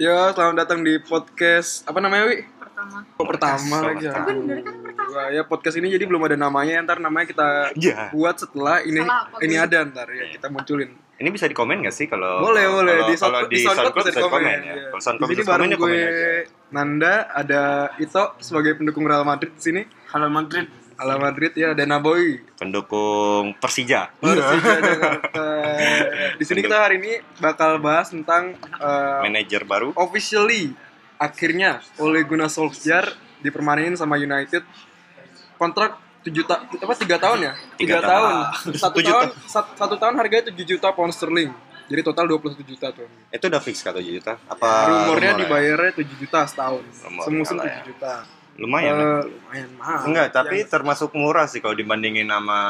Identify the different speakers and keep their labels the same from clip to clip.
Speaker 1: Yo, selamat datang di podcast apa namanya Wi?
Speaker 2: pertama
Speaker 1: Kok pertama lagi ya?
Speaker 2: eh bener kan pertama
Speaker 1: Wah, ya podcast ini jadi belum ada namanya, ntar namanya kita
Speaker 3: Ya.
Speaker 1: buat setelah ini
Speaker 2: Salah apa,
Speaker 1: ini
Speaker 2: Wi?
Speaker 1: ada ntar ya kita munculin.
Speaker 3: Ini bisa dikomen gak sih Oh, kalau
Speaker 1: boleh boleh
Speaker 3: kalau-
Speaker 1: di, Sound-
Speaker 3: kalau di SoundCloud bisa komen ya.
Speaker 1: iya.
Speaker 3: Kalau SoundCloud
Speaker 1: Di sini
Speaker 3: bisa komen
Speaker 1: bareng
Speaker 3: ya komen
Speaker 1: gue
Speaker 3: aja.
Speaker 1: Nanda ada Ito sebagai pendukung Real Madrid di sini.
Speaker 4: Halo Madrid.
Speaker 1: Ala Madrid ya dan Naboy.
Speaker 3: Pendukung
Speaker 1: Iya.
Speaker 3: Persija.
Speaker 1: Persija Jakarta. Di sini kita hari ini bakal bahas tentang eh,
Speaker 3: Manajer baru.
Speaker 1: officially akhirnya oleh Gunnar Solskjaer dipermanenin sama United kontrak 7 ta apa 3 tahun ya? 3
Speaker 3: Tiga
Speaker 1: tahun.
Speaker 3: tahun. Ah,
Speaker 1: 1
Speaker 3: Tujuh
Speaker 1: tahun sat- satu tahun harganya 7 juta pound sterling. Jadi total 21 juta tuh.
Speaker 3: Itu udah fix kata juta. Apa
Speaker 1: Rumornya
Speaker 3: rumor ya?
Speaker 1: dibayarnya 7 juta setahun.
Speaker 3: Rumor
Speaker 1: Semusim
Speaker 3: kalah
Speaker 1: 7
Speaker 3: ya.
Speaker 1: juta.
Speaker 3: Lumayan. kan?
Speaker 1: Eh, lumayan mahal.
Speaker 3: Enggak, tapi
Speaker 1: Yang-
Speaker 3: termasuk murah sih kalau dibandingin sama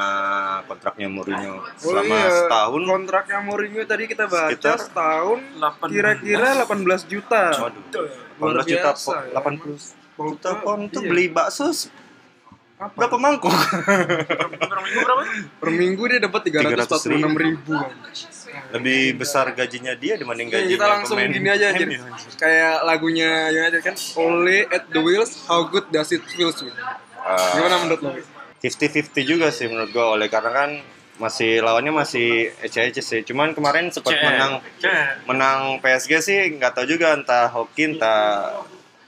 Speaker 3: kontraknya
Speaker 1: Oh
Speaker 3: Mourinho selama
Speaker 1: iya,
Speaker 3: setahun.
Speaker 1: kontraknya Mourinho tadi kita baca
Speaker 3: Sekitar-
Speaker 1: setahun
Speaker 4: 18.
Speaker 1: kira-kira 18 juta.
Speaker 3: Waduh.
Speaker 1: Luar
Speaker 3: 18 juta,
Speaker 1: biasa ya,
Speaker 3: 80
Speaker 1: emang.
Speaker 3: juta pound tuh
Speaker 1: Iya.
Speaker 3: beli bakso se-
Speaker 1: Apa?
Speaker 3: berapa mangkuk?
Speaker 4: Berapa minggu berapa?
Speaker 1: Per minggu dia dapat 346 ribu. kan.
Speaker 3: Lebih besar gajinya dia dibanding
Speaker 1: Oke,
Speaker 3: gajinya
Speaker 1: Iya, kita langsung
Speaker 3: pemain
Speaker 1: gini aja
Speaker 3: MU.
Speaker 1: anjir. Kayak lagunya yang ada kan Only at the wheels how good does it feels Wi?
Speaker 3: Ah.
Speaker 1: Gimana menurut lo?
Speaker 3: 50-50 juga sih menurut gue oleh karena kan masih lawannya masih ece-ece sih. Cuman kemarin sempat
Speaker 4: Cek.
Speaker 3: menang
Speaker 4: Cek.
Speaker 3: menang PSG sih nggak tahu juga entah hoki entah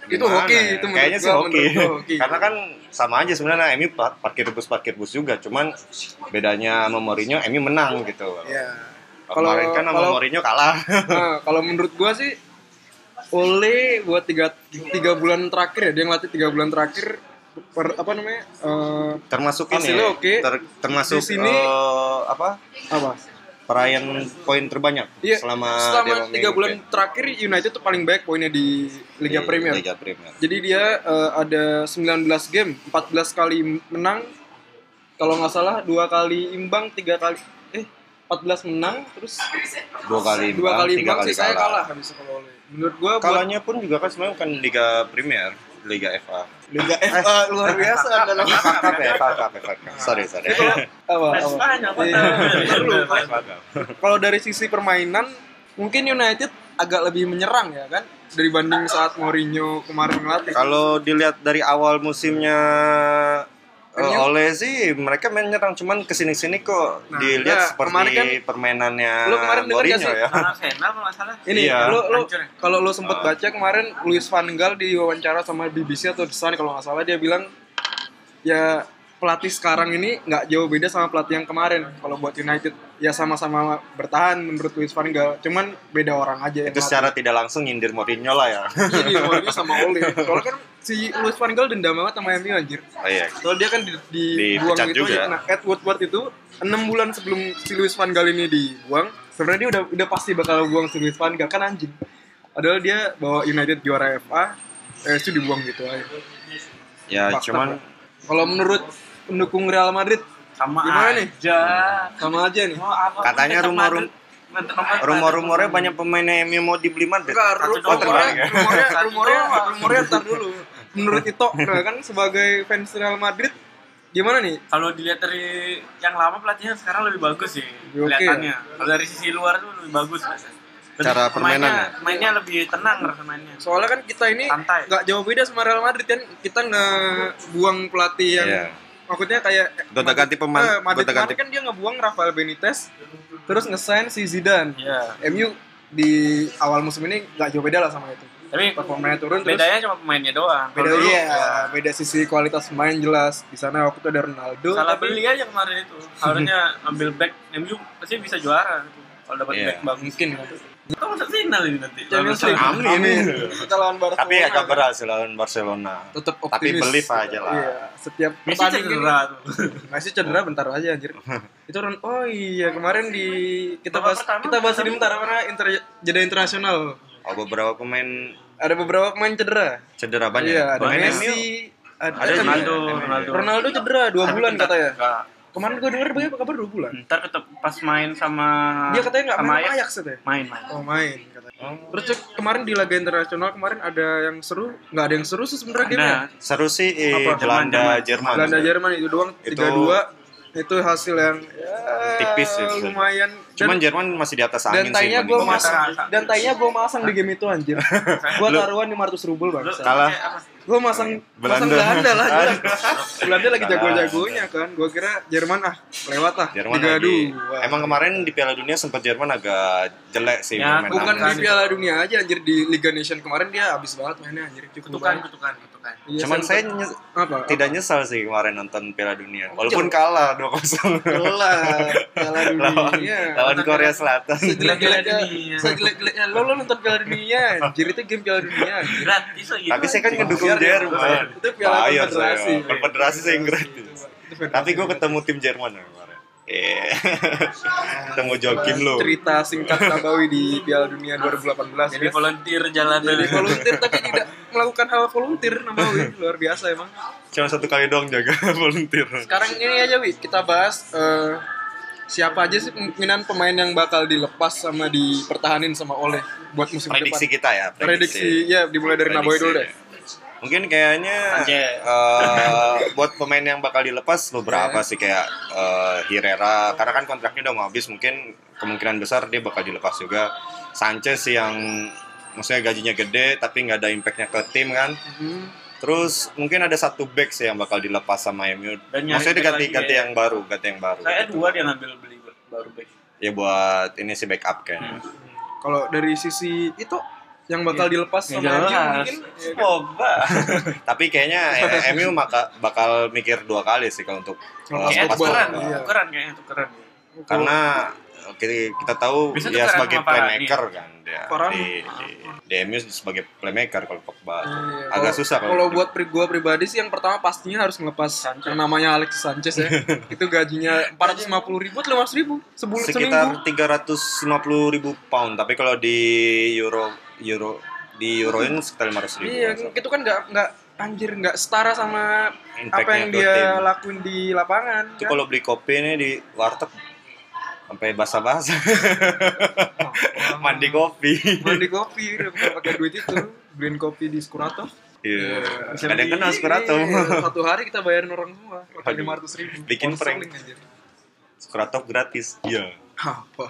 Speaker 1: Itu
Speaker 3: gimana
Speaker 1: hoki,
Speaker 3: ya.
Speaker 1: itu menurut
Speaker 3: kayaknya sih
Speaker 1: gua,
Speaker 3: hoki.
Speaker 1: menurut gua hoki.
Speaker 3: karena kan sama aja sebenarnya Emi par- parkir bus parkir bus juga cuman bedanya sama Mourinho Emi menang gitu
Speaker 1: Ya.
Speaker 3: kalau kemarin kan sama
Speaker 1: kalau-
Speaker 3: Mourinho kalah
Speaker 1: Nah, kalau menurut gua sih Ole buat tiga, tiga bulan terakhir ya dia ngelatih tiga bulan terakhir per, apa namanya eh,
Speaker 3: termasuk ini
Speaker 1: Hasilnya oke.
Speaker 3: ter- termasuk
Speaker 1: Di sini-
Speaker 3: eh, apa
Speaker 1: apa
Speaker 3: peraian poin terbanyak
Speaker 1: Iya,
Speaker 3: selama dia memimpin.
Speaker 1: tiga bulan terakhir United tuh paling baik poinnya di Liga
Speaker 3: Di
Speaker 1: Premier
Speaker 3: Iya, Liga Premier
Speaker 1: Jadi dia eh, ada 19 game, 14 kali menang. Kalau nggak salah dua kali imbang, tiga kali eh 14 menang, terus
Speaker 3: dua kali
Speaker 1: dua
Speaker 3: imbang,
Speaker 1: kali
Speaker 3: tiga
Speaker 1: imbang
Speaker 3: kali
Speaker 1: sih saya
Speaker 3: kalah.
Speaker 1: kalah habis itu kalau oleh. Menurut gua buat
Speaker 3: Kalahnya pun juga kan sebenarnya bukan Liga Premier, Liga FA.
Speaker 1: Liga FA luar biasa ada
Speaker 3: FA Cup ya, FA Cup, FA Cup. Sorry, sorry.
Speaker 1: apa, apa.
Speaker 4: Spanyol apa?
Speaker 1: Iya.
Speaker 4: tahu? Lupa.
Speaker 3: FA Cup.
Speaker 1: Kalau dari sisi permainan mungkin United agak lebih menyerang ya kan dibanding saat Mourinho kemarin ngelatih.
Speaker 3: Kalau dilihat dari awal musimnya eh,
Speaker 1: Menu.
Speaker 3: oleh sih mereka main nyerang cuman kesini-sini kok
Speaker 1: Nah,
Speaker 3: dilihat
Speaker 1: nah,
Speaker 3: seperti
Speaker 1: kemarin kan-
Speaker 3: permainannya
Speaker 1: Lu kemarin denger gak
Speaker 3: Mourinho
Speaker 1: sih? Ah.
Speaker 3: ya.
Speaker 4: Arsenal kalau nggak salah.
Speaker 1: Ini
Speaker 3: Iya.
Speaker 1: lo lo
Speaker 4: Hancur ya?
Speaker 1: kalau lo sempat
Speaker 3: Ah.
Speaker 1: baca kemarin Luis Van Gaal diwawancara sama BBC atau The Sun kalau nggak salah dia bilang ya pelatih sekarang ini nggak jauh beda sama pelatih yang kemarin kalau buat United ya sama-sama bertahan menurut Luis Van Gaal cuman beda orang aja yang
Speaker 3: Itu secara tidak langsung nyindir Mourinho lah ya.
Speaker 1: ngelatih. Iya, dia Mourinho sama Ole kalau kan si Luis Van Gaal dendam banget sama MU anjir
Speaker 3: Oh iya.
Speaker 1: kalau dia kan di, dibuang
Speaker 3: Dipecat
Speaker 1: itu
Speaker 3: juga.
Speaker 1: nah Ed Woodward itu enam bulan sebelum si Luis Van Gaal ini dibuang sebenarnya dia udah udah pasti bakal buang si Luis Van Gaal kan anjing padahal dia bawa United juara FA eh itu dibuang gitu aja
Speaker 3: Ya
Speaker 1: Fakta,
Speaker 3: cuman
Speaker 1: Pak. kalau menurut pendukung Real Madrid
Speaker 4: Sama
Speaker 1: Gimana nih?
Speaker 4: aja.
Speaker 1: sama aja nih
Speaker 4: Mau apa?
Speaker 3: Katanya
Speaker 4: Tetap
Speaker 3: rumor-
Speaker 4: Madrid. Tetap Madrid.
Speaker 3: rumor-rumornya banyak pemain MU mau dibeli Madrid.
Speaker 1: Enggak,
Speaker 4: Satu
Speaker 1: ru-
Speaker 4: doang, Iya.
Speaker 1: rumornya,
Speaker 3: ya?
Speaker 1: rumornya,
Speaker 4: Satu
Speaker 1: rumornya,
Speaker 4: doang.
Speaker 1: rumornya ntar dulu. Menurut Ito, nah kan sebagai fans Real Madrid, gimana nih?
Speaker 4: Kalau dilihat dari yang lama pelatihnya sekarang lebih bagus sih
Speaker 1: Oke.
Speaker 4: kelihatannya. Kalau dari sisi luar tuh lebih bagus.
Speaker 3: Cara ya?
Speaker 4: Lebih- mainnya,
Speaker 3: permainannya.
Speaker 4: mainnya lebih tenang rasa mainnya.
Speaker 1: Soalnya kan kita ini
Speaker 4: Santai.
Speaker 1: nggak jauh beda sama Real Madrid kan, kita ngebuang pelatih yang
Speaker 3: Iya.
Speaker 1: maksudnya kayak
Speaker 3: Gonta ganti pemain,
Speaker 1: Eh, Madrid
Speaker 3: gonta ganti.
Speaker 1: kemarin kan dia ngebuang Rafael Benitez terus ngesign si Zidane
Speaker 4: Iya.
Speaker 1: MU di awal musim ini nggak jauh beda lah sama itu
Speaker 4: Tapi
Speaker 1: performanya turun terus
Speaker 4: bedanya cuma pemainnya doang. Kalau ya,
Speaker 1: beda
Speaker 4: dulu,
Speaker 1: iya, beda sisi kualitas main jelas di sana waktu itu ada Ronaldo
Speaker 4: salah
Speaker 1: tapi
Speaker 4: beli aja kemarin itu harusnya ambil back MU pasti bisa juara gitu. kalau dapat
Speaker 3: Iya.
Speaker 4: back bagus
Speaker 1: mungkin ya.
Speaker 4: kita masuk final ini nanti
Speaker 1: Champions League.
Speaker 3: Amin.
Speaker 1: kita lawan Barcelona
Speaker 3: Tapi agak berat sih lawan Barcelona.
Speaker 1: tetap
Speaker 3: Tapi
Speaker 1: optimis
Speaker 3: believe aja lah.
Speaker 1: Iya, setiap
Speaker 4: Messi
Speaker 1: pertandingan
Speaker 4: cedera tuh
Speaker 1: Messi cedera bentar aja anjir. itu Ron- oh iya kemarin di kita
Speaker 4: Babak
Speaker 1: bahas
Speaker 4: pertama, kan?
Speaker 1: kita bahas ini
Speaker 4: pertama.
Speaker 1: bentar karena inter, jeda internasional.
Speaker 3: Oh, beberapa pemain
Speaker 1: Ada beberapa pemain cedera.
Speaker 3: cedera banyak.
Speaker 1: Iya, ada
Speaker 3: Pemain
Speaker 1: Messi,
Speaker 3: MU
Speaker 1: ada,
Speaker 3: Ada
Speaker 4: Ronaldo
Speaker 1: Ronaldo.
Speaker 3: iya.
Speaker 4: Ronaldo
Speaker 1: Ronaldo cedera 2
Speaker 4: Tapi
Speaker 1: bulan
Speaker 4: bentar-
Speaker 1: katanya.
Speaker 4: nggak.
Speaker 1: Kemarin gue denger dia apa kabar 2 bulan.
Speaker 4: ntar ketep pas main sama
Speaker 1: Dia katanya nggak
Speaker 4: sama
Speaker 1: main sama Ajax katanya.
Speaker 4: main main
Speaker 1: Oh main katanya. Terus cek, kemarin di laga internasional kemarin ada yang seru, nggak ada yang seru sih sebenarnya
Speaker 4: Ada.
Speaker 1: gamenya.
Speaker 3: seru sih eh,
Speaker 1: Apa?
Speaker 3: Belanda
Speaker 4: Belanda,
Speaker 3: Jerman.
Speaker 1: Belanda Jerman itu doang
Speaker 3: Itu
Speaker 1: 3-2. itu hasil yang ya,
Speaker 3: Tipis ya, bisa.
Speaker 1: lumayan
Speaker 3: Cuman
Speaker 1: dan,
Speaker 3: Jerman masih di atas
Speaker 1: dan
Speaker 3: angin sih.
Speaker 1: tainya gue
Speaker 3: banding
Speaker 1: masang
Speaker 3: Indonesia.
Speaker 1: dan tainya gue masang di game itu anjir gue
Speaker 3: Lu-
Speaker 1: taruhan 500 rubel bang
Speaker 4: Lu
Speaker 3: Kalah.
Speaker 4: pakai apa?
Speaker 1: gue masang
Speaker 3: Belanda.
Speaker 1: masang Belanda lah jelas. Belanda lagi
Speaker 3: Kalah.
Speaker 1: jago-jagonya kan gue kira Jerman ah lewat lah
Speaker 3: Jerman
Speaker 1: tiga
Speaker 3: lagi.
Speaker 1: dua
Speaker 3: Emang kemarin di Piala Dunia sempat Jerman agak jelek sih
Speaker 4: Ya,
Speaker 3: mainannya.
Speaker 1: bukan
Speaker 4: Menang.
Speaker 1: di Piala Dunia aja anjir di Liga Nation kemarin dia abis banget mainnya anjir cukup
Speaker 4: Kutukan,
Speaker 1: banget.
Speaker 4: kutukan, kutukan.
Speaker 1: Iya,
Speaker 3: kan Cuman saya
Speaker 1: sempet-
Speaker 3: nyes-
Speaker 1: apa
Speaker 3: tidak nyesal sih kemarin nonton Piala
Speaker 1: Iya.
Speaker 3: Dunia. Walaupun kalah 2-0
Speaker 1: Kelar Piala
Speaker 3: lawan
Speaker 1: Dunia
Speaker 3: lawan Korea Selatan.
Speaker 1: sejelek-jeleknya
Speaker 4: Piala Dunia.
Speaker 1: sejelek-jeleknya lo lo nonton Piala Dunia anjir itu game Piala Dunia anjir.
Speaker 4: Gratis oh, iya. lagi.
Speaker 3: Tapi saya kan ngedukung
Speaker 4: ya,
Speaker 1: Biar-
Speaker 3: Jerman.
Speaker 1: itu Piala
Speaker 3: Bayar saya.
Speaker 1: Konfederasi.
Speaker 3: Konfederasi saya yang gratis.
Speaker 1: Itu federasi.
Speaker 3: Tapi gue ketemu tim Jerman kemarin. Eh, ketemu Joakim lo.
Speaker 1: cerita singkat Nabawi di Piala Dunia 2018
Speaker 4: jadi
Speaker 1: ya.
Speaker 4: volunteer jalanan.
Speaker 1: jadi volunteer tapi tidak melakukan hal volunteer Nabawi luar biasa emang
Speaker 3: Cuma satu kali doang jaga volunteer.
Speaker 1: sekarang ini aja wi kita bahas eh, siapa aja sih kemungkinan pemain yang bakal dilepas sama dipertahanin sama Oleh buat musim
Speaker 3: Prediksi
Speaker 1: depan
Speaker 3: kita ya.
Speaker 1: prediksi ya dimulai dari Nabawi dulu deh
Speaker 3: Mungkin kayaknya
Speaker 4: Anjay.
Speaker 3: eh, buat pemain yang bakal dilepas beberapa
Speaker 1: Iya.
Speaker 3: sih kayak eh, Herrera karena kan kontraknya udah mau habis mungkin kemungkinan besar dia bakal dilepas juga. Sanchez sih yang maksudnya gajinya gede tapi nggak ada impactnya ke tim kan.
Speaker 1: Hmm.
Speaker 3: Terus mungkin ada satu back sih yang bakal dilepas sama MU.
Speaker 4: Dan nyari
Speaker 3: Maksudnya
Speaker 4: back
Speaker 3: diganti
Speaker 4: lagi
Speaker 3: ganti
Speaker 4: ya.
Speaker 3: yang baru, ganti yang baru.
Speaker 4: Saya dua dia ngambil beli baru back.
Speaker 3: Ya buat ini sih backup kan. kayaknya.
Speaker 4: Hmm.
Speaker 1: kalau dari sisi itu yang bakal dilepas sama
Speaker 4: Ya,
Speaker 1: MU mungkin
Speaker 4: jelas.
Speaker 1: ya kan?
Speaker 4: Pogba.
Speaker 3: Tapi kayaknya eh, MU maka, bakal mikir dua kali sih kalau untuk
Speaker 1: Kalau
Speaker 3: eh,
Speaker 4: Kayaknya
Speaker 1: Pogba.
Speaker 3: Pogba.
Speaker 4: tukeran,
Speaker 1: Iya.
Speaker 4: tukeran kayaknya tukeran.
Speaker 3: karena eh, kita, kita tahu
Speaker 4: Bisa
Speaker 3: dia
Speaker 4: tukeran
Speaker 3: sebagai
Speaker 4: sama Varane.
Speaker 3: playmaker kan dia
Speaker 1: Varane.
Speaker 3: di, di, di MU sebagai playmaker kalau Pogba
Speaker 1: Iya,
Speaker 3: agak
Speaker 1: kalau-
Speaker 3: susah
Speaker 1: kalau
Speaker 3: kalau gitu.
Speaker 1: buat pri gua pribadi sih yang pertama pastinya harus ngelepas yang namanya Alexis Sanchez ya itu gajinya 450 ribu atau 500 ribu sebulan seminggu
Speaker 3: sekitar 350 ribu pound tapi kalau di euro euro di euroin sekitar 500 ribu
Speaker 1: iya itu kan nggak nggak anjir nggak setara sama apa yang dia lakuin di lapangan
Speaker 3: itu
Speaker 1: kan?
Speaker 3: kalau beli kopi ini di warteg sampai basah-basah mandi kopi
Speaker 1: kan? mandi kopi udah bukan pakai duit itu beliin kopi di Skurato
Speaker 3: iya
Speaker 1: Bisa
Speaker 3: kadang
Speaker 1: beli-
Speaker 3: kena Skurato
Speaker 1: Iya, satu hari kita bayarin orang semua pakai
Speaker 3: Aduh.
Speaker 1: lima ratus ribu
Speaker 3: Bikin prank.
Speaker 1: Konseling, anjir.
Speaker 3: Skurato gratis iya
Speaker 1: apa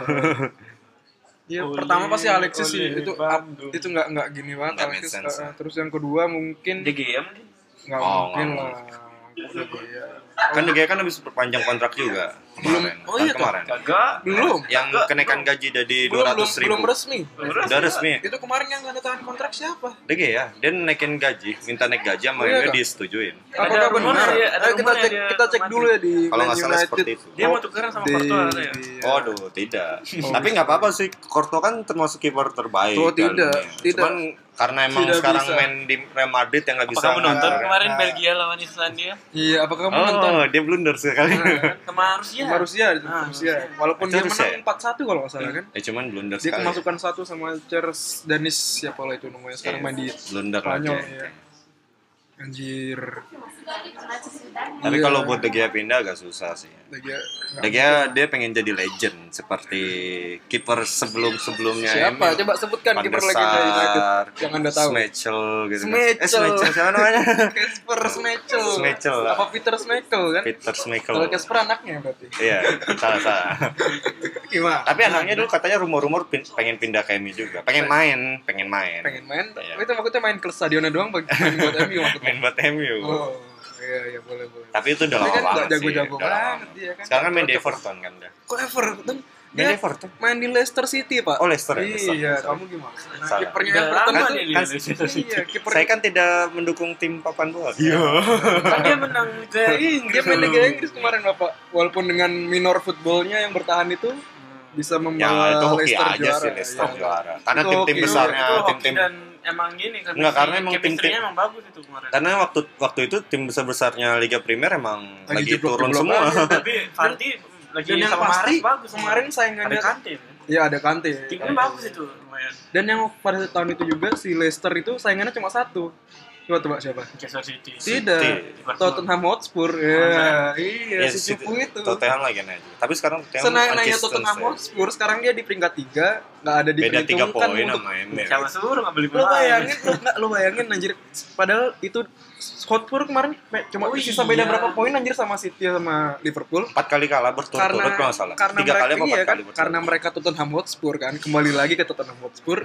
Speaker 1: ya
Speaker 4: Oleh,
Speaker 1: pertama pasti Alexis sih
Speaker 4: oleh
Speaker 1: itu
Speaker 4: Bandung.
Speaker 1: itu nggak nggak gini banget
Speaker 3: Nggak
Speaker 1: Alexis
Speaker 3: make sense,
Speaker 1: Uh, terus yang kedua mungkin
Speaker 4: Dia GM nih.
Speaker 1: nggak
Speaker 3: Oh,
Speaker 1: mungkin
Speaker 3: nggak
Speaker 1: lah Udah gaya.
Speaker 3: kan De Gea kan habis perpanjang kontrak juga kemarin
Speaker 1: oh iya
Speaker 3: Tahun kemarin
Speaker 4: Kagak.
Speaker 1: belum
Speaker 3: yang kenaikan gaji dari
Speaker 1: belum belum
Speaker 3: 200 iya, ribu
Speaker 1: belum resmi
Speaker 4: Terus
Speaker 3: udah
Speaker 4: ya,
Speaker 3: resmi
Speaker 1: itu kemarin yang tanda tangan kontrak siapa
Speaker 3: De Gea dia naikin gaji minta naik gaji
Speaker 1: Oh
Speaker 3: sama
Speaker 1: iya,
Speaker 3: MU
Speaker 1: Kak.
Speaker 3: disetujuin
Speaker 1: apakah
Speaker 4: rumor
Speaker 1: benar
Speaker 4: ya, ada
Speaker 1: Ayo kita
Speaker 4: rumor
Speaker 1: cek
Speaker 4: ya dia
Speaker 1: kita cek
Speaker 4: ke
Speaker 1: dulu ya di
Speaker 3: kalau
Speaker 1: Man
Speaker 3: nggak salah
Speaker 1: United.
Speaker 3: seperti itu Oh.
Speaker 4: Dia mau tukeran sama
Speaker 1: Di-
Speaker 4: Porto ada ya.
Speaker 1: di-
Speaker 3: Waduh, tidak. Tapi nggak apa-apa sih. Korto kan termasuk kiper terbaik.
Speaker 1: Oh,
Speaker 3: Piala
Speaker 1: tidak,
Speaker 3: Dunia.
Speaker 1: tidak.
Speaker 3: Cuman karena emang
Speaker 1: Tidak
Speaker 3: sekarang
Speaker 1: bisa.
Speaker 3: main di Real Madrid yang nggak bisa.
Speaker 4: Apakah menonton
Speaker 3: nggak-
Speaker 4: kemarin Belgia lawan Islandia?
Speaker 1: iya apakah kamu nonton
Speaker 3: Oh, dia blunder sekali.
Speaker 4: Sama Rusia.
Speaker 1: sama Rusia itu,
Speaker 4: Ah,
Speaker 1: Rusia walaupun
Speaker 3: Itu
Speaker 1: dia
Speaker 3: Rusia ya?
Speaker 1: menang 4-1 kalau nggak salah kan
Speaker 3: ya cuman blunder
Speaker 1: dia
Speaker 3: sekali.
Speaker 1: kemasukan satu sama Charles Danis siapa lah itu namanya sekarang
Speaker 3: Iya,
Speaker 1: main di
Speaker 3: blunder
Speaker 1: Spanyol
Speaker 3: aja.
Speaker 1: ya. Anjir.
Speaker 3: Tapi
Speaker 1: Iya.
Speaker 3: kalau buat De Gea pindah agak susah sih.
Speaker 1: Lagi ya,
Speaker 3: De Gea dia pengen jadi legend seperti kiper sebelum-sebelumnya.
Speaker 1: Siapa?
Speaker 3: MU.
Speaker 1: Coba sebutkan
Speaker 3: Van
Speaker 1: kiper
Speaker 3: der
Speaker 1: legenda United
Speaker 3: Sar,
Speaker 1: yang Anda tahu.
Speaker 3: Schmeichel gitu. kan. Eh,
Speaker 1: Schmeichel.
Speaker 3: Schmeichel siapa namanya?
Speaker 1: Casper Schmeichel.
Speaker 3: Schmeichel lah.
Speaker 1: Apa Peter Schmeichel kan?
Speaker 3: Peter Schmeichel.
Speaker 1: Kalau Casper anaknya berarti.
Speaker 3: Iya, salah salah.
Speaker 1: Gimana?
Speaker 3: Tapi anaknya dulu katanya rumor-rumor pin- pengen pindah ke MU juga. Pengen main, pengen main.
Speaker 1: Pengen main.
Speaker 3: Iya.
Speaker 1: Itu maksudnya main ke stadionnya doang bagi main buat MU maksudnya.
Speaker 3: Main buat MU.
Speaker 1: Oh, iya iya boleh boleh.
Speaker 3: Tapi itu udah
Speaker 1: Dia
Speaker 3: lama
Speaker 1: kan nggak
Speaker 3: banget sih.
Speaker 1: jago-jago
Speaker 3: udah lama
Speaker 1: banget
Speaker 3: banget.
Speaker 1: dia kan.
Speaker 3: Sekarang kan main di
Speaker 1: Cocok.
Speaker 3: Everton kan dia.
Speaker 1: Kok Everton?
Speaker 3: Main di
Speaker 1: Dia
Speaker 3: Everton.
Speaker 1: main di Leicester City, Pak.
Speaker 3: Oh, Leicester ya, Leicester,
Speaker 1: Iya,
Speaker 3: Leicester.
Speaker 1: kamu gimana? Nah,
Speaker 3: Salah.
Speaker 1: Kipernya
Speaker 4: Udah
Speaker 1: Everton
Speaker 4: lama
Speaker 1: tuh-
Speaker 4: dia di
Speaker 3: kan-
Speaker 4: Indonesia.
Speaker 1: Iya, kiper
Speaker 3: Saya kan tidak mendukung tim papan bola. Iya.
Speaker 4: Kan dia menang Liga Inggris.
Speaker 1: Iya, dia main Liga Inggris kemarin bapak walaupun dengan minor footballnya yang bertahan itu bisa
Speaker 3: ya
Speaker 1: membawa
Speaker 3: itu hoki
Speaker 1: Leicester
Speaker 3: aja
Speaker 1: juara
Speaker 3: sih Leicester
Speaker 1: Iya.
Speaker 3: juara. Karena
Speaker 1: Itu
Speaker 3: tim-tim
Speaker 1: hoki.
Speaker 3: besarnya,
Speaker 4: itu hoki
Speaker 3: tim-tim
Speaker 4: dan emang gini kan
Speaker 3: Nggak, karena emang
Speaker 4: chemistry-nya
Speaker 3: tim-tim-
Speaker 4: emang bagus itu kemarin
Speaker 3: karena waktu waktu itu tim besar besarnya Liga Primer emang
Speaker 1: Lagi
Speaker 3: lagi, turun
Speaker 1: jeblok-jeblok
Speaker 3: semua.
Speaker 1: aja.
Speaker 4: tapi Farti lagi
Speaker 1: dan yang
Speaker 4: sama
Speaker 1: pasti
Speaker 4: Mahrez bagus
Speaker 1: kemarin
Speaker 4: ada
Speaker 1: saingannya
Speaker 4: Kante kan?
Speaker 1: iya ada Kante
Speaker 4: timnya bagus itu lumayan
Speaker 1: dan yang pada tahun itu juga si Leicester itu saingannya cuma satu Coba tebak siapa?
Speaker 4: Manchester City.
Speaker 3: Iya.
Speaker 1: Tidak.
Speaker 4: Liverpool.
Speaker 1: Tottenham Hotspur. Ya, iya,
Speaker 3: Ya,
Speaker 1: si
Speaker 3: situ-
Speaker 1: cupu itu.
Speaker 3: Tottenham lagi naik. Tapi sekarang Tottenham
Speaker 1: Senang-nanya
Speaker 3: unkonsisten,
Speaker 1: Tottenham
Speaker 3: saya.
Speaker 1: Hotspur sekarang dia di peringkat 3, nggak ada
Speaker 3: Beda 3
Speaker 1: diperhitungkan
Speaker 3: poin
Speaker 1: untuk
Speaker 3: sama MU.
Speaker 4: Siapa suruh nggak beli
Speaker 1: lo
Speaker 4: pemain?
Speaker 1: bayangin lo nggak lo bayangin anjir padahal itu Hotspur kemarin me- cuma
Speaker 4: Oh
Speaker 1: sisa
Speaker 4: iya.
Speaker 1: beda berapa poin anjir sama City sama Liverpool
Speaker 3: 4 kali kalah berturut-turut
Speaker 1: karena
Speaker 3: kalau nggak salah.
Speaker 1: karena
Speaker 3: 3 kali
Speaker 1: mereka
Speaker 3: apa 4
Speaker 1: iya kan
Speaker 3: kali berturut
Speaker 1: karena mereka Tottenham Hotspur kan kembali lagi ke Tottenham
Speaker 3: Iya,
Speaker 1: Hotspur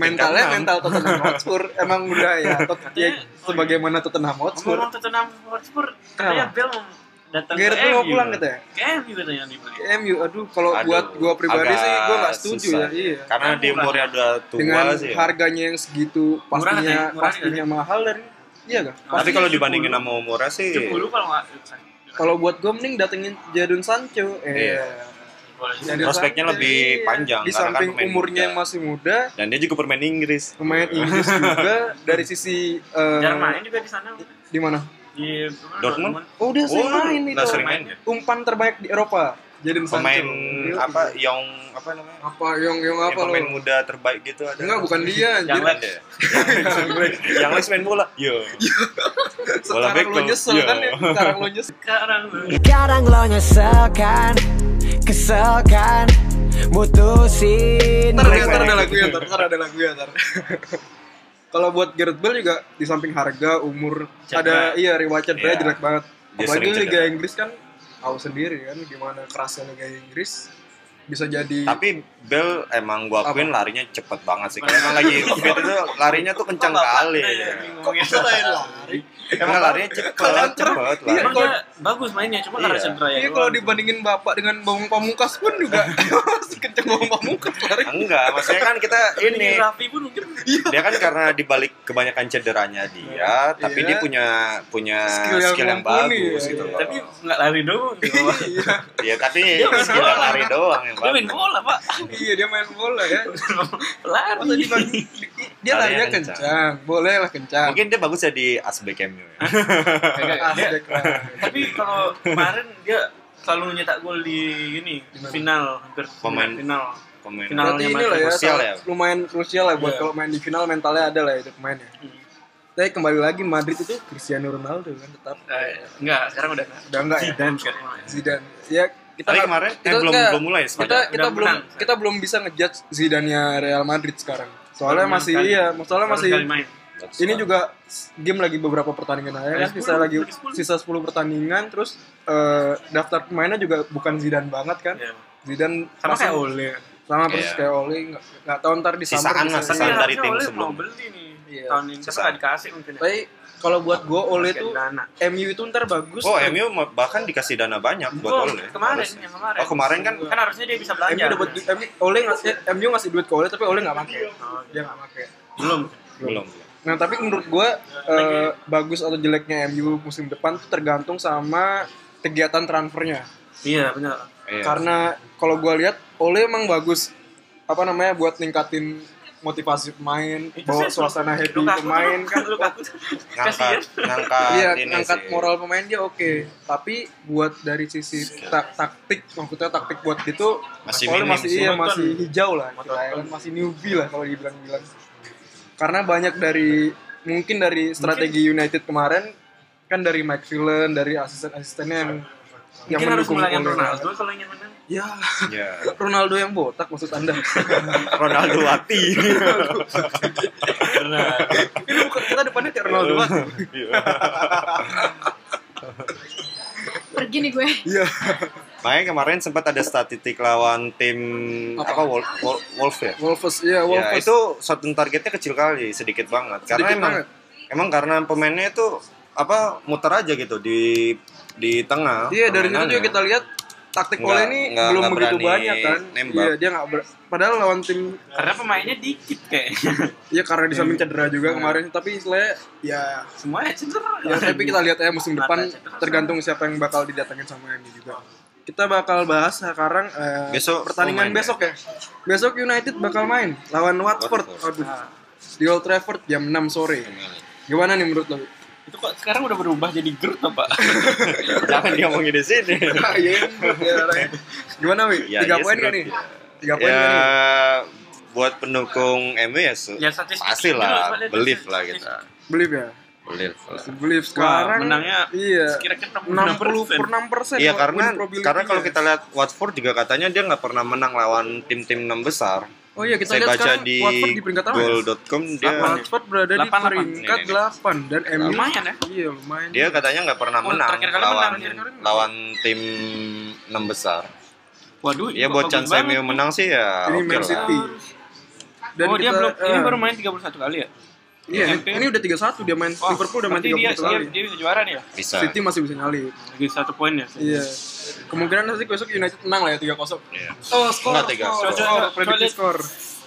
Speaker 1: mentalnya
Speaker 3: enam.
Speaker 1: mental Tottenham Hotspur emang udah ya, tot, ya
Speaker 4: Katanya-
Speaker 1: sebagaimana Tottenham
Speaker 4: Ngomong
Speaker 1: Hotspur
Speaker 4: Tottenham Hotspur, katanya
Speaker 1: Kenapa?
Speaker 4: Bell mau datang
Speaker 1: Gareth Bale mau pulang katanya?
Speaker 4: Ke MU katanya dibeli.
Speaker 3: Iya.
Speaker 1: MU aduh kalau
Speaker 3: Aduh,
Speaker 1: buat gua pribadi
Speaker 3: agak
Speaker 1: sih gua nggak setuju
Speaker 3: susah.
Speaker 1: ya iya
Speaker 3: Karena di
Speaker 4: Murah.
Speaker 3: umurnya udah tua
Speaker 1: dengan
Speaker 3: sih. ya.
Speaker 1: harganya yang segitu
Speaker 4: Murah
Speaker 1: pastinya
Speaker 4: katanya, murah
Speaker 1: pastinya mahal dari iya kan
Speaker 3: Tapi kalau dibandingin
Speaker 4: 70.
Speaker 3: sama umurnya sih
Speaker 4: 70 kalau nggak.
Speaker 1: kalau buat gue mending datengin Jadon Sancho eh
Speaker 3: Iya.
Speaker 4: Boleh.
Speaker 1: Jadon
Speaker 3: Prospeknya
Speaker 1: Sancho,
Speaker 3: lebih
Speaker 1: iya.
Speaker 3: panjang,
Speaker 1: di
Speaker 3: karena kan
Speaker 1: samping
Speaker 3: pemain
Speaker 1: umurnya
Speaker 3: muda.
Speaker 1: yang masih muda
Speaker 3: dan dia juga bermain Inggris.
Speaker 1: pemain Inggris juga dari sisi eh,
Speaker 4: Jarang main juga di sana.
Speaker 1: di mana
Speaker 4: Di
Speaker 3: Dortmund?
Speaker 1: oh dia sering
Speaker 3: Oh,
Speaker 1: main
Speaker 3: udah
Speaker 1: itu
Speaker 3: sering main ya?
Speaker 1: umpan terbaik di Eropa Jadon Sancho
Speaker 3: Pemain
Speaker 1: Iya.
Speaker 3: apa yang apa namanya?
Speaker 1: apa yang yang
Speaker 3: Yang
Speaker 1: apa lo
Speaker 3: pemain muda terbaik gitu ada.
Speaker 1: enggak bukan dia
Speaker 4: Yang
Speaker 1: anjir
Speaker 4: lain.
Speaker 3: Ada. yang les main bola. Yo. Bola
Speaker 1: sekarang lo
Speaker 3: bekel.
Speaker 1: nyesel kan
Speaker 3: Iya.
Speaker 1: ya sekarang lo nyesel
Speaker 4: Sekarang
Speaker 2: Kadang lo nyeselkan Keselkan Mutusin
Speaker 1: ntar
Speaker 2: gue.
Speaker 1: ada ntar ada lagu ya ntar ntar ada lagu ya ntar kalau buat Gareth Bale juga di samping harga umur ada
Speaker 4: Cedera.
Speaker 1: iya riwayat cedera
Speaker 3: Iya.
Speaker 1: jelek banget
Speaker 3: Dia
Speaker 1: apalagi
Speaker 3: sering
Speaker 1: Liga
Speaker 3: cedera.
Speaker 1: Inggris kan tahu sendiri kan gimana kerasnya Liga Inggris bisa jadi
Speaker 3: Tapi Bell emang gua akuin larinya cepet banget sih. Karena lagi fit itu larinya tuh kencang
Speaker 4: ya?
Speaker 3: kali.
Speaker 1: kok bisa lain lari
Speaker 3: Emang Iya. larinya cepet, cepet.
Speaker 1: Iya,
Speaker 4: Emang
Speaker 3: larinya.
Speaker 4: dia bagus mainnya,
Speaker 3: Iya.
Speaker 4: cuma karena cedera ya.
Speaker 1: iya
Speaker 4: doang.
Speaker 1: kalau dibandingin bapak dengan Bambang Pamungkas pun juga masih kenceng Bambang Pamungkas lari
Speaker 3: Enggak, maksudnya kan kita ini
Speaker 1: Iya.
Speaker 4: Ini Raffi pun mungkin
Speaker 3: dia kan karena dibalik kebanyakan cederanya dia, tapi
Speaker 1: Iya.
Speaker 3: dia punya punya
Speaker 1: Skill
Speaker 3: skill
Speaker 1: yang
Speaker 3: yang,
Speaker 1: mumpuni,
Speaker 3: bagus
Speaker 1: iya.
Speaker 3: gitu loh.
Speaker 4: tapi nggak lari doang. Dia
Speaker 1: iya
Speaker 3: ya tapi
Speaker 4: Dia main
Speaker 3: skill
Speaker 4: bola.
Speaker 1: kan?
Speaker 3: lari doang yang
Speaker 4: main
Speaker 3: bagus.
Speaker 4: bola, Pak.
Speaker 1: iya dia main bola ya Masa
Speaker 4: Lari.
Speaker 1: dibanding- dia
Speaker 3: Larinya
Speaker 1: larinya
Speaker 3: kencang.
Speaker 1: kencang boleh lah kencang
Speaker 3: Mungkin dia bagus ya di Asbek MU ya.
Speaker 1: Ah, sedek lah.
Speaker 4: Tapi kalau kemarin dia selalu nyetak gol di ini di final hampir
Speaker 3: Pemain.
Speaker 4: final.
Speaker 3: Pemain.
Speaker 4: Final.
Speaker 1: Berarti
Speaker 4: Finalnya
Speaker 1: ini lah ya,
Speaker 3: krusial
Speaker 1: salah-
Speaker 3: ya.
Speaker 1: lumayan krusial lah buat
Speaker 4: Iya.
Speaker 1: kalau main di final mentalnya ada lah itu pemainnya.
Speaker 4: Hmm.
Speaker 1: Tapi kembali lagi Madrid itu Cristiano Ronaldo kan tetap
Speaker 4: Eh, enggak, sekarang udah
Speaker 3: Iya.
Speaker 1: udah enggak ya
Speaker 4: Zidane sekarang.
Speaker 1: Zidane. Ya kita
Speaker 3: Tapi
Speaker 1: nggak-
Speaker 3: kemarin eh,
Speaker 1: kita
Speaker 3: belum
Speaker 1: nggak-
Speaker 3: belum mulai
Speaker 1: kita
Speaker 3: sebenarnya.
Speaker 1: kita
Speaker 4: Udah
Speaker 1: belum
Speaker 4: menang.
Speaker 1: kita belum bisa ngejudge Zidane-nya Real Madrid sekarang. Soalnya
Speaker 4: Baru
Speaker 1: masih
Speaker 4: sekali.
Speaker 1: iya, soalnya
Speaker 4: Baru
Speaker 1: masih
Speaker 4: sekali main.
Speaker 1: ini juga game lagi beberapa pertandingan
Speaker 3: Iya,
Speaker 1: aja kan
Speaker 4: Lagi
Speaker 1: sisa
Speaker 4: 10,
Speaker 1: lagi
Speaker 4: lagi 10.
Speaker 1: sisa 10 pertandingan terus eh, daftar pemainnya juga bukan Zidane banget kan.
Speaker 4: Iya.
Speaker 1: Zidane
Speaker 4: Sama
Speaker 1: masih-
Speaker 4: kayak Ole.
Speaker 1: sama persis
Speaker 3: Iya.
Speaker 1: kayak Oli nggak nggak tahu ntar di
Speaker 3: Sisaan ya. lah,
Speaker 4: Tapi
Speaker 3: sisaan
Speaker 4: harusnya
Speaker 3: dari tim
Speaker 4: Ole
Speaker 3: sebelum.
Speaker 4: mau beli nih.
Speaker 1: Iya.
Speaker 4: Tahun ini tapi
Speaker 3: Sisaan.
Speaker 4: nggak dikasih mungkin. ya.
Speaker 1: Tapi kalau buat gue Ole
Speaker 4: Basket
Speaker 1: tuh
Speaker 4: dana.
Speaker 1: MU itu ntar bagus.
Speaker 3: Oh, MU ma- bahkan dikasih dana banyak buat
Speaker 4: Gol,
Speaker 3: Ole.
Speaker 4: Kemarin
Speaker 3: harusnya.
Speaker 4: yang kemarin.
Speaker 3: Oh, kemarin kan
Speaker 4: kan harusnya dia bisa belanja.
Speaker 1: MU dapat du- MU Ole ngasih MU ngasih duit ke Ole tapi Ole nggak pakai.
Speaker 4: Oh,
Speaker 1: Dia nggak pakai.
Speaker 4: Belum.
Speaker 3: belum.
Speaker 1: Nah tapi menurut gue
Speaker 4: Iya.
Speaker 1: bagus atau jeleknya MU musim depan tuh tergantung sama kegiatan transfernya.
Speaker 4: Iya, benar.
Speaker 3: Iya.
Speaker 1: Karena kalau gue lihat Ole emang bagus apa namanya buat ningkatin motivasi pemain, bawa suasana happy pemain kan.
Speaker 4: Lukaku tuh-
Speaker 3: ngangkat
Speaker 4: kasihan.
Speaker 3: ngangkat
Speaker 1: Iya,
Speaker 3: ini
Speaker 1: ngangkat
Speaker 3: sih.
Speaker 1: moral pemain dia oke. Tapi buat dari sisi ta- taktik, maksudnya taktik buat itu
Speaker 3: Masih
Speaker 1: Ole
Speaker 3: minim
Speaker 1: masih
Speaker 3: sih.
Speaker 1: iya,
Speaker 4: Monoton.
Speaker 1: masih hijau lah, istilahnya kan. masih newbie lah kalau dibilang-bilang. Karena banyak dari mungkin dari strategi United kemarin kan dari Mike Phelan, dari asisten-asistennya yang yang
Speaker 4: Mungkin harus
Speaker 1: mendukung
Speaker 4: mulai
Speaker 1: Ole.
Speaker 4: Ronaldo kalau ingin menang.
Speaker 1: Ya,
Speaker 3: Iya.
Speaker 1: Ronaldo yang botak maksud Anda.
Speaker 3: Ronaldo Wati.
Speaker 1: Ini bukan kita depannya kayak Ronaldo. banget.
Speaker 3: Iya.
Speaker 5: Pergi nih gue.
Speaker 1: Iya.
Speaker 3: Makanya kemarin sempat ada statistik lawan tim
Speaker 1: Apa?
Speaker 3: apa, Wol- Wol- Wolves ya.
Speaker 1: Wolves, iya
Speaker 3: Ya,
Speaker 1: Wolves.
Speaker 3: itu shot on targetnya kecil kali, sedikit banget. Karena
Speaker 1: Sedikit
Speaker 3: emang
Speaker 1: banget.
Speaker 3: emang karena pemainnya itu apa muter aja gitu di di tengah.
Speaker 1: Iya dari situ
Speaker 3: permainannya.
Speaker 1: juga kita lihat taktik
Speaker 3: Nggak-
Speaker 1: Ole ini
Speaker 3: nggak-
Speaker 1: belum
Speaker 3: nggak
Speaker 1: begitu
Speaker 3: berani
Speaker 1: banyak kan.
Speaker 3: nembak.
Speaker 1: Iya dia nggak ber- padahal lawan tim
Speaker 4: Karena pemainnya dikit kayaknya.
Speaker 1: ya karena di
Speaker 3: Hmm.
Speaker 1: samping cedera juga kemarin tapi istilahnya ya
Speaker 4: Semuanya cedera.
Speaker 1: ya
Speaker 3: Hmm.
Speaker 1: tapi kita lihat ya musim
Speaker 4: Mata
Speaker 1: depan
Speaker 4: cedera.
Speaker 1: tergantung siapa yang bakal didatengin sama MU juga. Kita bakal bahas sekarang eh,
Speaker 3: Besok
Speaker 1: pertandingan
Speaker 3: mau main
Speaker 1: besok ya. Besok United bakal main lawan Watford.
Speaker 3: Watford.
Speaker 1: Aduh.
Speaker 4: Nah.
Speaker 1: Di Old Trafford jam 6 sore. Gimana nih menurut lo?
Speaker 4: Itu kok sekarang udah berubah jadi gerut apa?
Speaker 3: Jangan diomongin di sini.
Speaker 1: Ah, iya, iya, iya. Gimana Wi?
Speaker 3: Ya,
Speaker 1: Tiga
Speaker 3: iya,
Speaker 1: poin gak
Speaker 3: seberat,
Speaker 1: nih?
Speaker 3: iya.
Speaker 1: Tiga poin
Speaker 3: ya
Speaker 1: gak nih?
Speaker 3: buat pendukung MU ya, su-
Speaker 4: Ya, statistik
Speaker 3: pasti
Speaker 4: dulu,
Speaker 3: lah,
Speaker 1: ya,
Speaker 4: soalnya
Speaker 3: believe
Speaker 4: statistik.
Speaker 3: lah kita.
Speaker 1: Believe ya.
Speaker 3: Believe lah.
Speaker 1: Believe sekarang
Speaker 4: menangnya
Speaker 1: iya
Speaker 4: sekira-kira
Speaker 1: 60
Speaker 4: 60%.
Speaker 1: per 6 persen.
Speaker 3: Iya karena karena kalau kita lihat Watford juga katanya dia nggak pernah menang lawan tim-tim enam besar.
Speaker 1: oh iya kita
Speaker 3: Saya
Speaker 1: lihat
Speaker 3: baca
Speaker 1: sekarang
Speaker 3: di,
Speaker 1: Watford di peringkat apa? ya?
Speaker 3: goal.com dia
Speaker 1: Watford berada di
Speaker 4: Delapan, delapan.
Speaker 1: peringkat
Speaker 3: Ini, ini.
Speaker 1: 8 dan MU
Speaker 4: Lumayan ya.
Speaker 1: Iya lumayan.
Speaker 3: dia katanya nggak pernah
Speaker 4: Oh,
Speaker 3: menang
Speaker 4: terakhir kali
Speaker 3: lawan
Speaker 4: menang, terakhir kali menang.
Speaker 3: lawan tim enam besar.
Speaker 4: Waduh,
Speaker 3: Ya
Speaker 4: ini
Speaker 3: buat
Speaker 4: bagus
Speaker 3: chance
Speaker 4: banget.
Speaker 3: MU menang sih ya
Speaker 1: ini
Speaker 3: oke
Speaker 1: Man
Speaker 3: lah.
Speaker 1: City. Dan
Speaker 4: oh, dia
Speaker 1: kita-
Speaker 4: belum ini
Speaker 1: eh,
Speaker 4: baru main 31 kali ya?
Speaker 1: Iya,
Speaker 4: SMP.
Speaker 1: ini udah 3-1 dia main
Speaker 4: Wah,
Speaker 1: Liverpool udah main
Speaker 4: berarti dia,
Speaker 1: 30
Speaker 4: dia,
Speaker 1: kali.
Speaker 4: dia bisa juara nih ya?
Speaker 3: Bisa.
Speaker 1: City masih bisa nyali.
Speaker 4: Lagi satu poin ya.
Speaker 1: Iya. Kemungkinan nanti besok United menang lah ya 3-0.
Speaker 3: Iya.
Speaker 1: Oh, skor.
Speaker 3: Enggak, tiga.
Speaker 1: skor, skor,
Speaker 4: Coba- coba
Speaker 1: prediksi
Speaker 4: lihat.
Speaker 1: skor.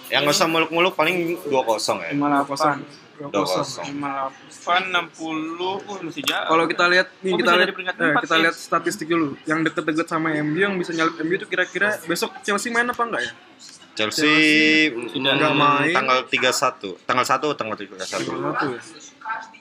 Speaker 3: Yang nggak usah muluk-muluk paling 2-0 ya.
Speaker 4: 58.
Speaker 1: 2-0.
Speaker 3: 2-0.
Speaker 4: 58 60 uh, masih jauh.
Speaker 1: Kalau kita lihat nih
Speaker 4: Oh,
Speaker 1: kita
Speaker 4: bisa
Speaker 1: lihat
Speaker 4: jadi peringkat
Speaker 1: eh,
Speaker 4: empat
Speaker 1: kita
Speaker 4: ya.
Speaker 1: lihat statistik dulu. Yang deket-deket sama MU yang bisa nyalip MU itu kira-kira besok Chelsea main apa enggak ya?
Speaker 3: Chelsea
Speaker 4: sudah
Speaker 3: menang
Speaker 1: main.
Speaker 3: tanggal 31. Tanggal 1 tanggal
Speaker 1: 1
Speaker 3: 31.
Speaker 1: ya.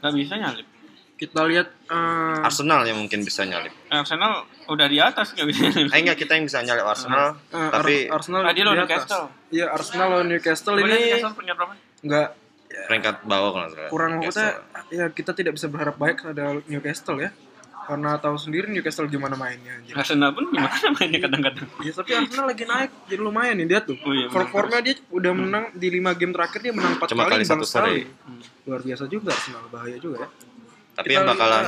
Speaker 4: nggak bisa nyalip.
Speaker 1: Kita lihat eh,
Speaker 3: Arsenal yang mungkin bisa nyalip.
Speaker 4: Arsenal udah di atas nggak bisa nyalip.
Speaker 3: Eh enggak kita yang bisa nyalip Arsenal,
Speaker 1: eh, Ar-
Speaker 3: tapi
Speaker 1: Arsenal
Speaker 4: Tadi lawan
Speaker 1: di atas.
Speaker 4: Newcastle.
Speaker 1: Iya, Arsenal lawan Newcastle
Speaker 4: Coba lihat
Speaker 1: ini
Speaker 4: Newcastle punya berapa?
Speaker 1: enggak
Speaker 3: peringkat bawah kalau nggak salah.
Speaker 1: kurang
Speaker 3: Newcastle.
Speaker 1: maksudnya ya kita tidak bisa berharap baik ada Newcastle ya. Karena tahu sendiri Newcastle gimana mainnya anjir.
Speaker 4: Arsenal pun gimana mainnya kadang-kadang.
Speaker 1: Ya tapi Arsenal lagi naik jadi lumayan nih dia tuh.
Speaker 4: Oh iya,
Speaker 1: Form
Speaker 4: menang
Speaker 1: formnya dia udah menang di 5 game terakhir dia menang 4
Speaker 3: Cuma
Speaker 1: kali,
Speaker 3: kali
Speaker 1: imbang
Speaker 3: satu seri.
Speaker 1: sekali. Luar biasa juga Arsenal bahaya juga ya.
Speaker 3: Tapi
Speaker 1: Kita
Speaker 3: yang bakalan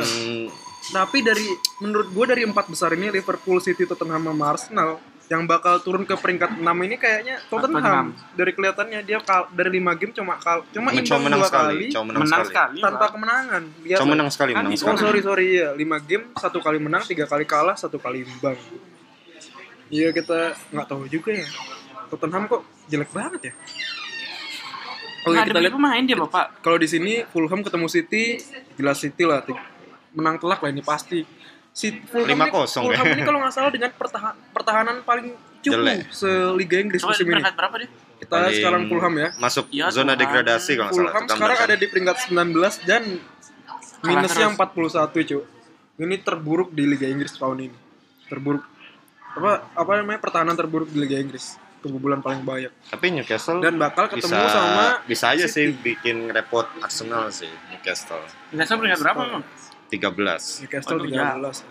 Speaker 1: Tapi dari menurut gue dari empat besar ini Liverpool, City, Tottenham, sama Arsenal yang bakal turun ke peringkat 6 ini kayaknya Tottenham. Dari kelihatannya dia kal- dari 5 game cuma kal- cuma
Speaker 3: cuma
Speaker 1: imbang
Speaker 3: menang
Speaker 1: dua
Speaker 3: sekali,
Speaker 1: kali,
Speaker 3: cuma menang,
Speaker 4: Menang
Speaker 3: sekali.
Speaker 4: sekali.
Speaker 1: tanpa
Speaker 4: Pak.
Speaker 1: kemenangan. Lihat
Speaker 3: Cuma
Speaker 1: lah.
Speaker 3: menang sekali,
Speaker 4: Kan
Speaker 3: menang
Speaker 4: itu
Speaker 1: Oh
Speaker 3: sekali.
Speaker 1: sorry sorry ya, 5 game satu kali menang, tiga kali kalah, satu kali imbang. Iya kita nggak tahu juga ya. Tottenham kok jelek banget ya. Oh iya
Speaker 4: Nah,
Speaker 1: kita
Speaker 4: kita
Speaker 1: lihat
Speaker 4: pemain dia, Bapak.
Speaker 1: kalau di sini Fulham ketemu City, jelas City lah ti- menang telak lah ini pasti. City, Fulham ini-
Speaker 3: 5-0 ya.
Speaker 1: Fulham ini kalau nggak salah dengan pertahan- pertahanan paling cukup
Speaker 3: Jelek.
Speaker 1: se-Liga Inggris
Speaker 4: Coba
Speaker 1: musim ini.
Speaker 4: peringkat berapa dia?
Speaker 1: Kita sekarang Fulham ya.
Speaker 3: Masuk
Speaker 4: Iya,
Speaker 3: zona
Speaker 4: Fulham.
Speaker 3: degradasi kalau nggak salah.
Speaker 1: Fulham sekarang ada di peringkat 19 dan
Speaker 4: Kalah
Speaker 1: minusnya
Speaker 4: terus.
Speaker 1: 41 cuy. Ini terburuk di Liga Inggris tahun ini. Terburuk apa apa namanya pertahanan terburuk di Liga Inggris kebobolan paling banyak
Speaker 3: Tapi Newcastle
Speaker 1: dan bakal ketemu
Speaker 3: bisa,
Speaker 1: sama
Speaker 3: bisa aja sih bikin repot Arsenal sih Newcastle.
Speaker 4: Newcastle peringkat berapa, Bang?
Speaker 3: 13.
Speaker 1: Newcastle
Speaker 4: Waduh,
Speaker 1: 13
Speaker 4: ya.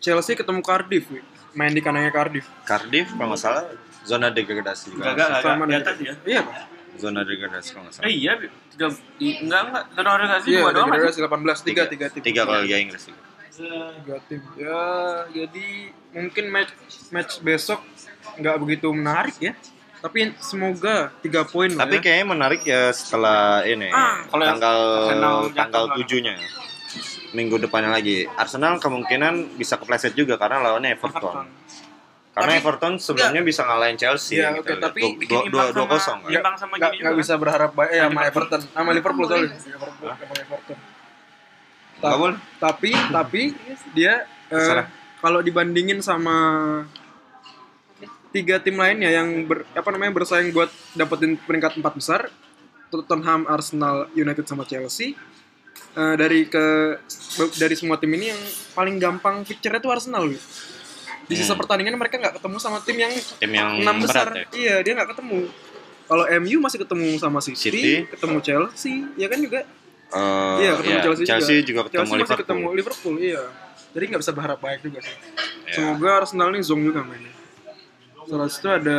Speaker 1: Chelsea ketemu Cardiff wih. main di kandangnya Cardiff
Speaker 3: Cardiff kalau nggak salah zona degradasi juga.
Speaker 4: Gagal,
Speaker 1: Sama
Speaker 4: gagal. Di
Speaker 1: nih.
Speaker 4: atas ya.
Speaker 1: iya Pak.
Speaker 3: Zona degradasi kalau nggak
Speaker 4: Eh
Speaker 3: salah.
Speaker 4: iya, tiga, i- enggak enggak, zona organisasi
Speaker 1: iya
Speaker 4: dua
Speaker 1: ada
Speaker 4: doang. kan?
Speaker 1: generasi 18 tiga tiga tiga Iya. ya.
Speaker 3: Tiga kalau gitu. Liga Inggris juga.
Speaker 1: tiga tim ya jadi mungkin match match besok nggak begitu menarik ya tapi semoga tiga poin lah ya.
Speaker 3: Tapi kayaknya menarik ya setelah ini
Speaker 4: kalau
Speaker 3: tanggal
Speaker 4: Arsenal jatuh
Speaker 3: tanggal
Speaker 4: lawan-
Speaker 3: tujuhnya minggu depannya lagi. Arsenal kemungkinan bisa kepleset juga karena lawannya Everton. Karena
Speaker 1: Tapi-
Speaker 3: Everton sebelumnya bisa ngalahin Chelsea.
Speaker 1: Iya, oke,
Speaker 3: gitu.
Speaker 1: tapi ya.
Speaker 3: Dua-
Speaker 4: bikin
Speaker 3: dua dua
Speaker 4: imbang
Speaker 3: dua
Speaker 4: sama-
Speaker 3: kosong. kan?
Speaker 1: Nggak-
Speaker 4: Imbang sama
Speaker 1: nggak-
Speaker 4: gini
Speaker 1: nggak
Speaker 4: juga. kan?
Speaker 1: bisa berharap baik eh, sama
Speaker 4: Liverpool.
Speaker 1: Everton sama Liverpool sorry
Speaker 5: boleh.
Speaker 1: Liverpool sama Everton Ta-
Speaker 3: Nggak boleh.
Speaker 1: tapi tapi dia eh,
Speaker 3: Terserah.
Speaker 1: kalau dibandingin sama tiga tim lainnya yang ber- apa namanya bersaing buat dapetin peringkat empat besar Tottenham, Arsenal, United sama Chelsea eh, dari ke dari semua tim ini yang paling gampang picture itu Arsenal loh. Di sisa
Speaker 3: Hmm.
Speaker 1: pertandingan mereka nggak ketemu sama tim yang
Speaker 3: Tim yang
Speaker 1: enam besar.
Speaker 3: berat ya.
Speaker 1: Iya, dia nggak ketemu. Kalau MU masih ketemu sama City,
Speaker 3: City.
Speaker 1: ketemu Chelsea, ya kan juga.
Speaker 3: Eh,
Speaker 1: iya, ketemu
Speaker 3: iya,
Speaker 1: Chelsea,
Speaker 3: juga.
Speaker 1: Chelsea
Speaker 3: ketemu
Speaker 1: masih
Speaker 3: Liverpool.
Speaker 1: ketemu Liverpool, iya. Jadi nggak bisa berharap baik juga sih.
Speaker 3: Iya.
Speaker 1: Semoga Arsenal nih zong juga mainnya. Setelah itu ada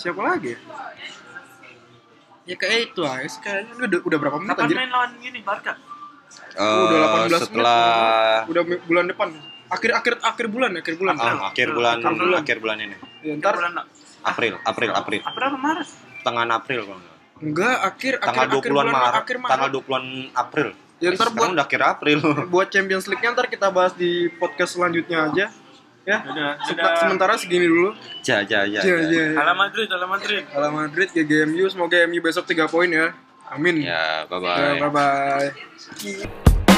Speaker 1: siapa lagi? ya? Ya kayak itu aja sih kayaknya Ini udah, udah berapa menit
Speaker 4: Kapan
Speaker 1: anjir?
Speaker 4: kan main lawan gini Barca?
Speaker 1: Oh, udah
Speaker 3: Eh,
Speaker 1: 18
Speaker 3: setelah
Speaker 1: menit. Udah me- bulan depan. Akhir akhir akhir bulan, ya, akhir bulan.
Speaker 3: ah, akhir bulan akhir bulan ini.
Speaker 1: Ya, ntar
Speaker 4: Ntar bulan
Speaker 3: April, April, April.
Speaker 4: April apa Maret?
Speaker 3: Tengahan April kalau nggak salah.
Speaker 1: enggak akhir
Speaker 3: Tanggal
Speaker 1: akhir akhir
Speaker 3: 20-an
Speaker 1: bulan
Speaker 3: Maret,
Speaker 1: akhir Maret.
Speaker 3: tanggal 20-an April. Eh,
Speaker 1: Ya, ntar
Speaker 3: Sekarang
Speaker 1: buat-
Speaker 3: udah akhir April.
Speaker 1: buat Champions League-nya ntar kita bahas di podcast selanjutnya aja. Ya.
Speaker 4: Dadah,
Speaker 1: Sep-
Speaker 4: dadah.
Speaker 1: Sementara segini dulu.
Speaker 3: Ja, ja, ja.
Speaker 1: Iya,
Speaker 3: ja.
Speaker 1: iya. iya.
Speaker 4: Ala Madrid, ala Madrid.
Speaker 1: Ala Madrid ke GMU, semoga MU besok 3 poin ya. Amin.
Speaker 3: Ya, bye-bye.
Speaker 1: Ya, bye bye.